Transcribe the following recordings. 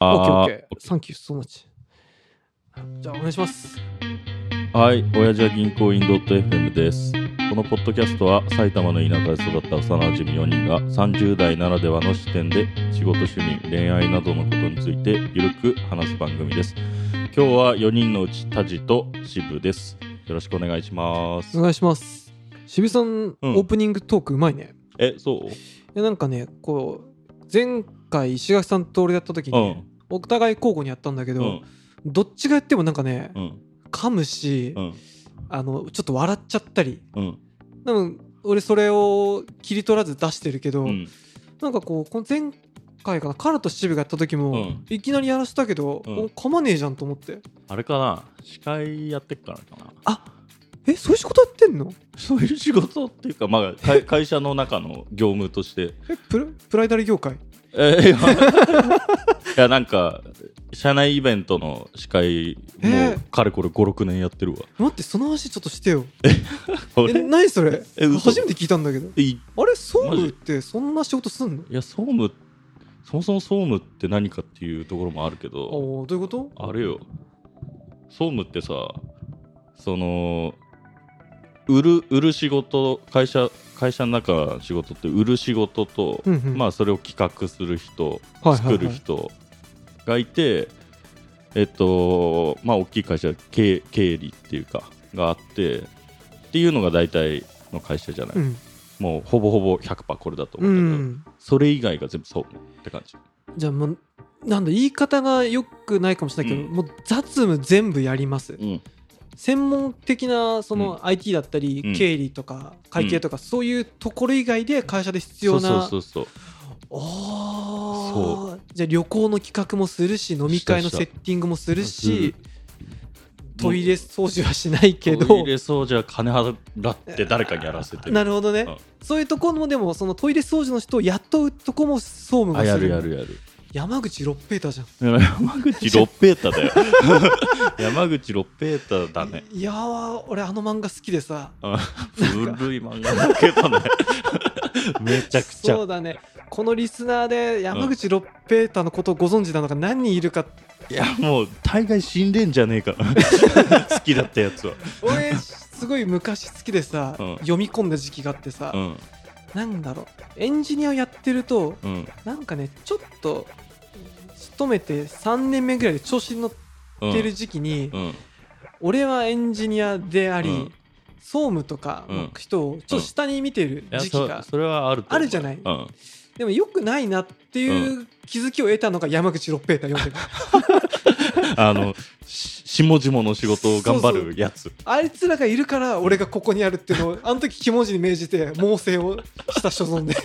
オッケーオあッケー。サンキューソーマチ。じゃあお願いします。ーはい、親父は銀行員 .fm です。このポッドキャストは埼玉の田舎で育った幼馴染4人が30代ならではの視点で仕事、趣味、恋愛などのことについてゆるく話す番組です。今日は4人のうちタジとシブです。よろしくお願いしますお。願いします。渋井さん、オープニングトークうまいね。え、そういやなんかね、こう、前回石垣さんと俺やった時うに、ん。お互い交互にやったんだけうど、ん。どっちがやってもなんかね、うん。噛むし、うん。あの、ちょっと笑っちゃったり。うん。多分俺それを切り取らず出してるけど、うん。なんかこう、この前回かな、カラと渋がやった時も、うんいきなりやらしたけど、うんお噛まねえじゃんと思って。あれかな司会やってっからかなあえ、そういう仕事やってんのそういう仕事っていうか、まあ、 会会社の中の業務としてえプラプライダル業界え ーいやいやなんか社内イベントの司会もえうかれこれ56年やってるわ待ってその話ちょっとしてよえ俺何それえ嘘初めて聞いたんだけど いいあれ総マジ務ってそんな仕事すんのや総務そもそも総務って何かっていうところもあるけああどどういうことあれよ総務ってさその売る売る仕事会社会社の中の仕事って売る仕事と、うんうんまあそれを企画する人はいはいは作いる人がいて、えっとまあ大きい会社経営経理っていうかがあってっていうのが大体の会社じゃない、うんもうほぼほぼ100%これだと思ううけど、んそれ以外が全部そうって感じじゃあもうなんだ言い方がよくないかもしれないけど、うんもう雑務全部やります、うん専門的なその IT だったり、うん経理とか会計とか、そういうところ以外で会社で必要なそうそうそうそああじゃあ旅行の企画もするし飲み会のしたセッティングもするするしトイレ掃除はしないけうトイどレ掃除は金払って誰かにやらせてなるほどね、うんそういうところもでもそのトイレ掃除の人を雇うとこも総務があするやるやるやる山口六平太じゃん山口六ペータ だよ山口六ペータだねいやー俺あの漫画好きでさあ古い漫画だけど ねめちゃくちゃそうだねこのリスナーで山口六平太のことをご存知なのが何人いるかいやもう大概死んでんじゃねえ か好きだったやつは、俺すごい昔好きでさ、うん読み込んだ時期があってさ、うんなんだろうエンジニアをやってるとうんなんかねちょっと勤めて3年目ぐらいで調子に乗っうん、てる時期に、うん俺はエンジニアであり、うん総務とかの人をちょっと下に見てるいや時期が、そそれはあると思うあるじゃないうん、でも良くないなっていう気づきを得たのが山口六平太読んでるあのし下々の仕事を頑張そうるやつあいつらがいるから俺がここにあるっていうのをあの時肝文字に命じて猛省をした所存で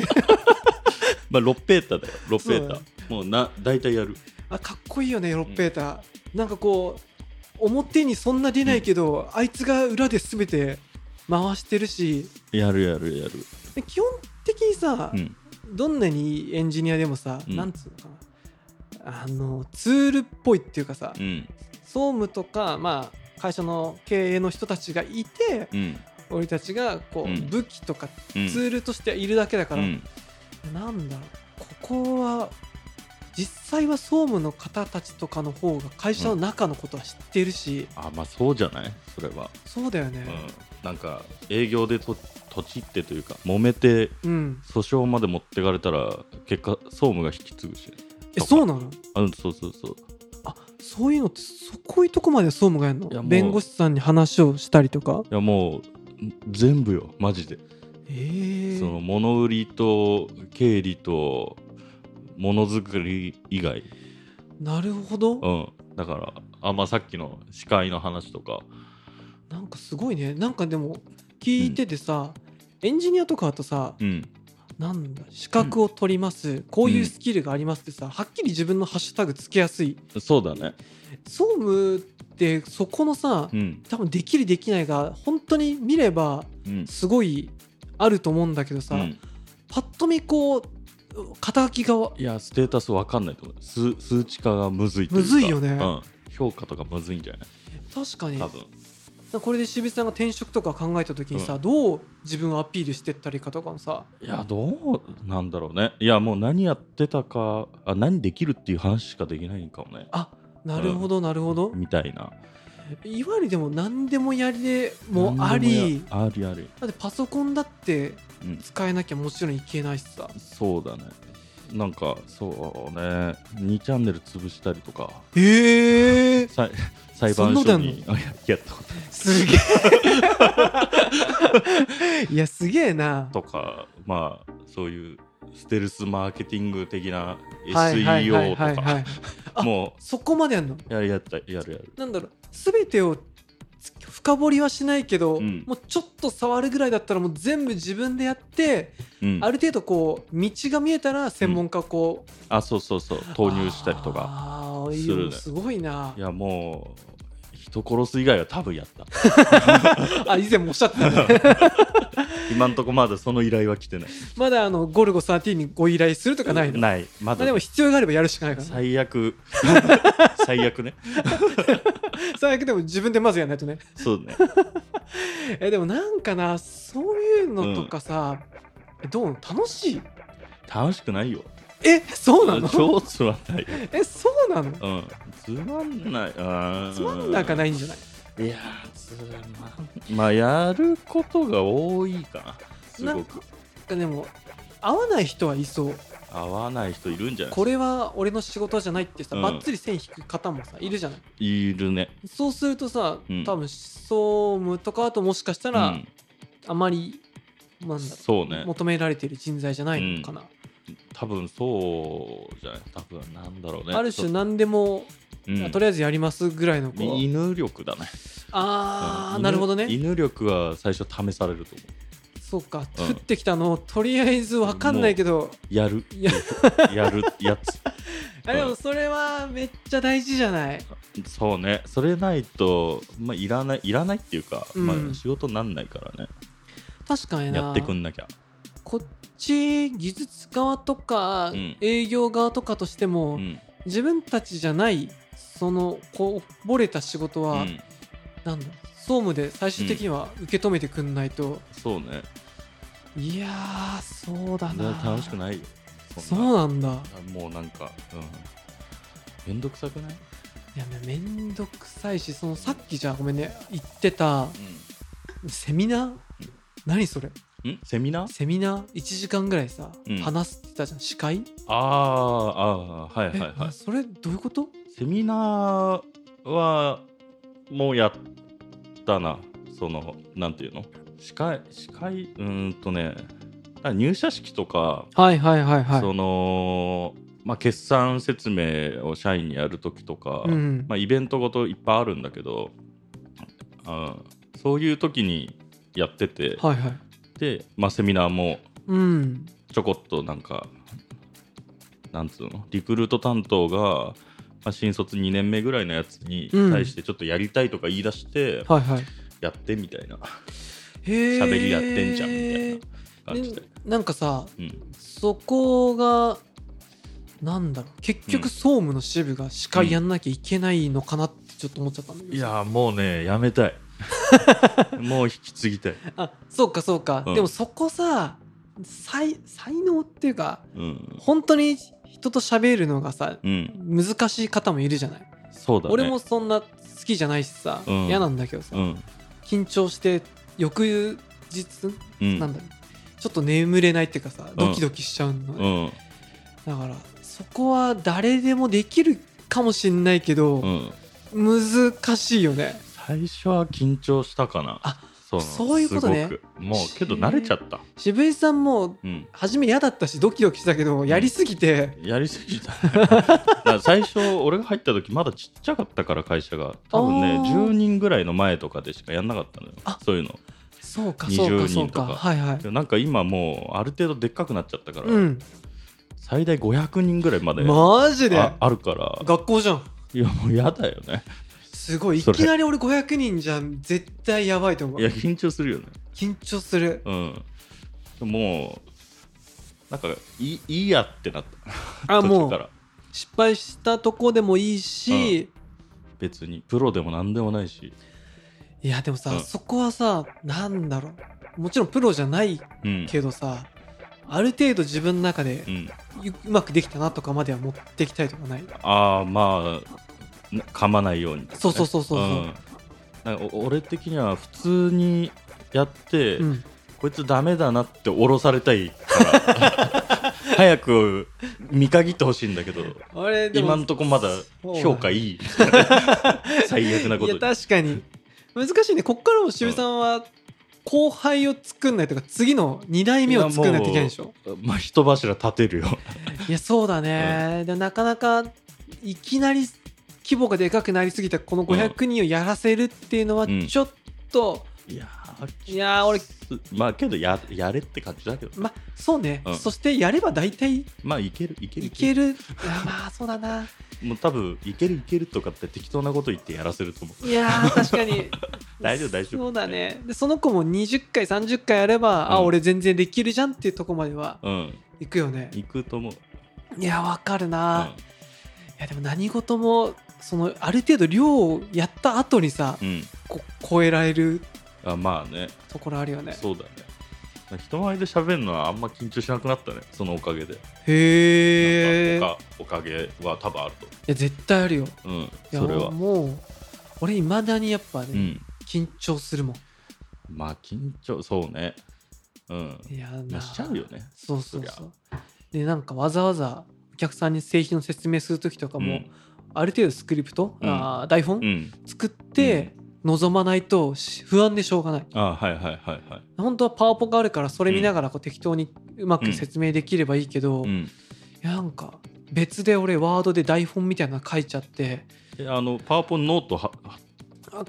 まあ六ペータだよ六ペーそタうもうな大体やるあかっこいいよね六平太、なんかこう表にそんな出ないけど、あいつが裏で全て回してるしやるやるやるで基本的にさ、うんどんなにいいエンジニアでもさ、うんなんつうのかなあのツールっぽいっていうかさ、うん総務とか、まあ、会社の経営の人たちがいてうん俺たちがこう、うん武器とかうんツールとしているだけだから、うんなんだろうここは実際は総務の方たちとかの方が会社の中のことは知ってるし、あまあそうじゃないそれは、そうだよねうん、なんか営業でととちってというか揉めてうん、訴訟まで持ってかれたら結果総務が引き継ぐしえそうなのあうんそうそうそうあそういうのってそこいうとこまで総務がやるいやのもう弁護士さんに話をしたりとかいやもうん全部よマジで、えー、その物売りと経理とものづくり以外なるほどうんだからあまあさっきの司会の話とかなんかすごいねなんかでも聞いててさ、エンジニアとかだとさうんなんだ資格を取ります、こういうスキルがありますってさはっきり自分のハッシュタグつけやすいそうだね総務ってそこのさ、うん多分できるできないが本当に見ればうんすごいあると思うんだけどさ、うんパッと見こう肩書きがいやステータスわかんないと思う数数値化がむずいとうかむずいよねうん、評価とかむずいんじゃない確かに多分らこれで渋井さんが転職とか考えた時にさ、どう自分をアピールしてったりかとかもさいやどうなんだろうねいやもう何やってたかあ何できるっていう話しかできないんかもねあなるほどなるほど、みたいないわゆるでも何でもやりでもあり何でもやありだってパソコンだってあり、うん、使えなきゃもちろんいけないしさそうだねなんかそうね2チャンネル潰したりとかええ 裁裁判そんな所ことにあいややったことすげ えいやすげえなとかまあそういうステルスマーケティング的なはいはいはい SEO はいとはかいあもそこまでやんのうやるやったやるやるなんだろう全てをつ深掘りはしないけど、うんもうちょっと触るぐらいだったらもう全部自分でやって、うんある程度こう道が見えたら専門家こう、あそうそうそう投入したりとかあーいいするねよすごいないやもう人殺す以外は多分やったあ以前もおっしゃってた ね今んとこまだその依頼は来てない まだあのゴルゴ13にご依頼するとかないの、まないまあ、だでも必要があればやるしかないからね、最 悪最悪ね最悪でも自分でまずやらないとねそうねえでもなんかなそういうのとかさ、どう楽しい楽しくないよえそうなの超つまんないえそうなうのんつまんないあつまんなかいないんじゃないいやーつまんまあやることが多いかなすなごんくかでも合わない人はいそう合わない人いるんじゃないこれは俺の仕事じゃないってさ、うんばっつり線引く方もさいるじゃないいるねそうするとさ、うん多分総務とかあともしかしたら、うんあまりなんだろそうう、ね求められてる人材じゃないのかな、多分そうじゃない多分なんだろうねある種何でも、うんあとりあえずやりますぐらいの子犬力だねあうーんなるほどね犬犬力は最初試されると思そうか、うん降ってきたのをとりあえず分かんないけうどや るいややるやつあでもそれはめっちゃ大事じゃないそうねそれないと、まあ、いらないいらないっていうか、うんまあ、仕事になんないからね確かになやってくんなきゃこっち技術側とかうん営業側とかとしても、うん自分たちじゃないそのこうぼれた仕事うは、んなんだ総務で最終的には受け止めてくんないと、そうねいやーそうだいやな楽しくないよそんうなんだもうなんか、うん、めんどくさくない、いやめんどくさいしそのさっきじゃあごめんね言ってたセミナー何それうん、んセミナーセミナー1時間ぐらいさ、うん話すってたじゃん司会あーあーはいはいえはあいそれどういうことセミナーはもうやったなそのなんていうの司会司会うーんとねあ入社式とか、はいはいはいはいそのまあ決算説明を社員にやるときとか、うんまあ、イベントごといっぱいあるんだけどあーそういう時にやってて、はいはいで、まあ、セミナーもうんちょこっとなんかなんつうのリクルート担当が、まあ、新卒2年目ぐらいのやつにうん対してちょっとやりたいとか言い出して、はいはいやってみたいなへえ喋りやってんじゃんみたいな感じで、なんかさうん、そこがなんだろう結う局ん総務の支部が司会やんなきゃいけないのかなってちょっと思っちゃったんだけどいやもうねやめたい もう引き継ぎたい、あそうかそうか、うんでもそこさ才才能っていうかうん本当に人と喋るのがさうん、難しい方もいるじゃない、そうだね俺もそんな好きじゃないしさ、うん嫌なんだけどさ、うん緊張して翌日、うんなんだろうちょっと眠れないっていうかさドキドキしちゃうの、うんだからそこは誰でもできるかもしんないけど、うん、難しいよね最初は緊張したかなあそそういうことねすごくもうけど慣れちゃった、渋井さんもうん、初め嫌だったしドキドキしたけどやりすぎて、やりすぎた、ね、 だから最初俺が入った時まだちっちゃかったから会社が多分ねあー10人ぐらいの前とかでしかやんなかったのよあそういうのそうかそうか20そう人とかかはいはいでもなんか今もうある程度でっかくなっちゃったから、うん最大500人ぐらいまで、マジでああるから学校じゃんいやもうやだよ ねすごいいそれきなり俺500人じゃん絶対やばいと思ういや緊張するよね緊張するうんもうなんかいいいいやってなったあ途も中かうら失敗したとこでもいいし、別にプロでもなんでもないしいやでもさ、うんそこはさなんだろうもちろんプロじゃないうんけどさ、ある程度自分の中でうん、ううまくできたなとかまでは持ってきたいとかないああまあな噛まないようにとかね、そうそうそうそうそうんなんかお俺的には普通にやって、うんこいつダメだなって降ろされたいから 早く見限ってほしいんだけどあれでも今んとこまだ評価 いい最悪なこいやとで確かに難しいねこっからも周さんは後輩を作んないとか次の2代目を作んないといけないでしょまあ人柱立てるよいやそうだね、でもなかなかいきなり規模がでかくなりすぎたこの500人をやらせるっていうのはうんちょっと、いやーいやー俺まあけどややれって感じだけどまそうね、うんそしてやれば大体まあいけるいけるいけるいやまあそうだなもう多分いけるいけるとかって適当なこと言ってやらせると思ういやー確か に大丈夫大丈夫そうだねでその子も20回30回やれば、あうん俺全然できるじゃんっていうとこまではうんいくよね、行くと思う、いやわかるうな、んいやでも何事もそのある程度量をやった後にさ、うん、こ超えられるあまあねところあるよねそうだね人前で喋るのはあんま緊張しなくなったねそのおかげでへえいなんかおかおかげは多分あるとや絶対あるよ思ううんいやそれはもう俺いまだにやっぱね、うん緊張するもんまあ緊張そうねうんいやまなあしちゃうよねそうそうそそうでなんかわざわざお客さんに製品の説明する時とかも、ある程度スクリプト、うんあー台本、うん、うん、作って望まないとし不安でしょうがないあはいはいはいはい本当はパワポがあるからそれ見ながらこう適当にうまく説明できればいいけど、ういんやなんか別で俺ワードで台本みたいなの書いちゃってえあのパワポンノートははあ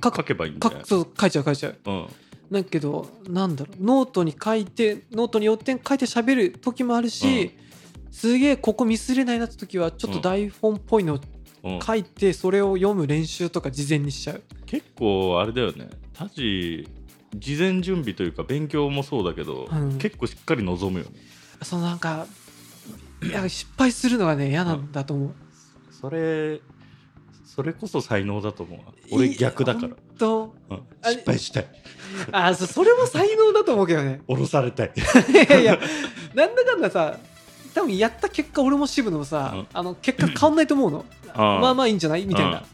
書書くけばいいんだ書よくそう書いちゃう書いちゃううんだけどなんだろうノートに書いてノートに要点書いて喋る時もあるし、すげえここミスれないなって時はちょっと台本っぽいのをうん、書いてそれを読む練習とか事前にしちゃう結構あれだよねタジ事前準備というか勉強もそうだけど、うん結構しっかり望むよねそのなんかいや失敗するのがね嫌なんだと思う、それそれこそ才能だと思うわ俺逆だからいい本当うんあれ失敗したいあそそれも才能だと思うけど ね降ろされたいいやいやなんだかんださ多分やった結果俺も渋野もさ、うんあの結果変わんないと思うのあまあまあいいんじゃないみたいな、うん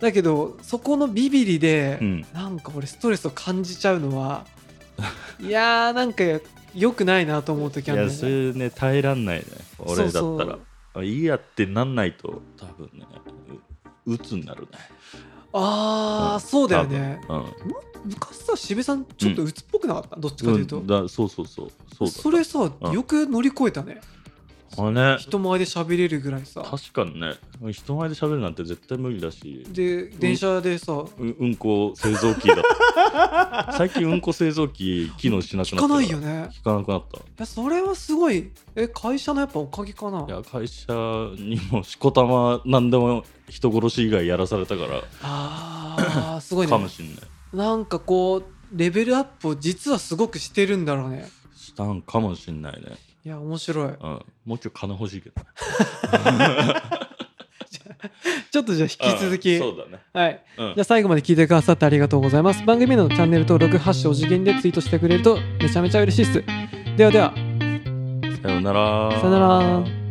だけどそこのビビりで、うんなんか俺ストレスを感じちゃうのは いやーなんか良くないなと思う時あいるんやだそよれねね耐えらんないね俺だったらそうそうあいいやってなんないと多分ねう鬱になるねああ、うんそうだよね多分昔さ渋さんちょっと鬱っぽくなかった、どっちうかんというと、うんだそうそうそうそうだそれさ、うんよく乗り越え たねあれね人前で喋れるぐらいさ確かにね人前で喋るなんて絶対無理だしで電車でさ、ううんこ製造機だ った最近うんこ製造機機能しなく聞なったかからないよね聞かなくなったいやそれはすごいえ会社のやっぱおかげかないや会社にもしこたま何でも人殺し以外やらされたから あーすごいかもねしんないなんかこうレベルアップを実はすごくしてるんだろうねしたんかもしんないね、いや面白いうん、もうちょい金欲しいけどねちょっとじゃあ引き続き、うんそうだねはいうんじゃあ最後まで聞いてくださってありがとうございます番組へのチャンネル登録「ハッシュお次元」でツイートしてくれるとめちゃめちゃ嬉しいっすではではさようならさよなら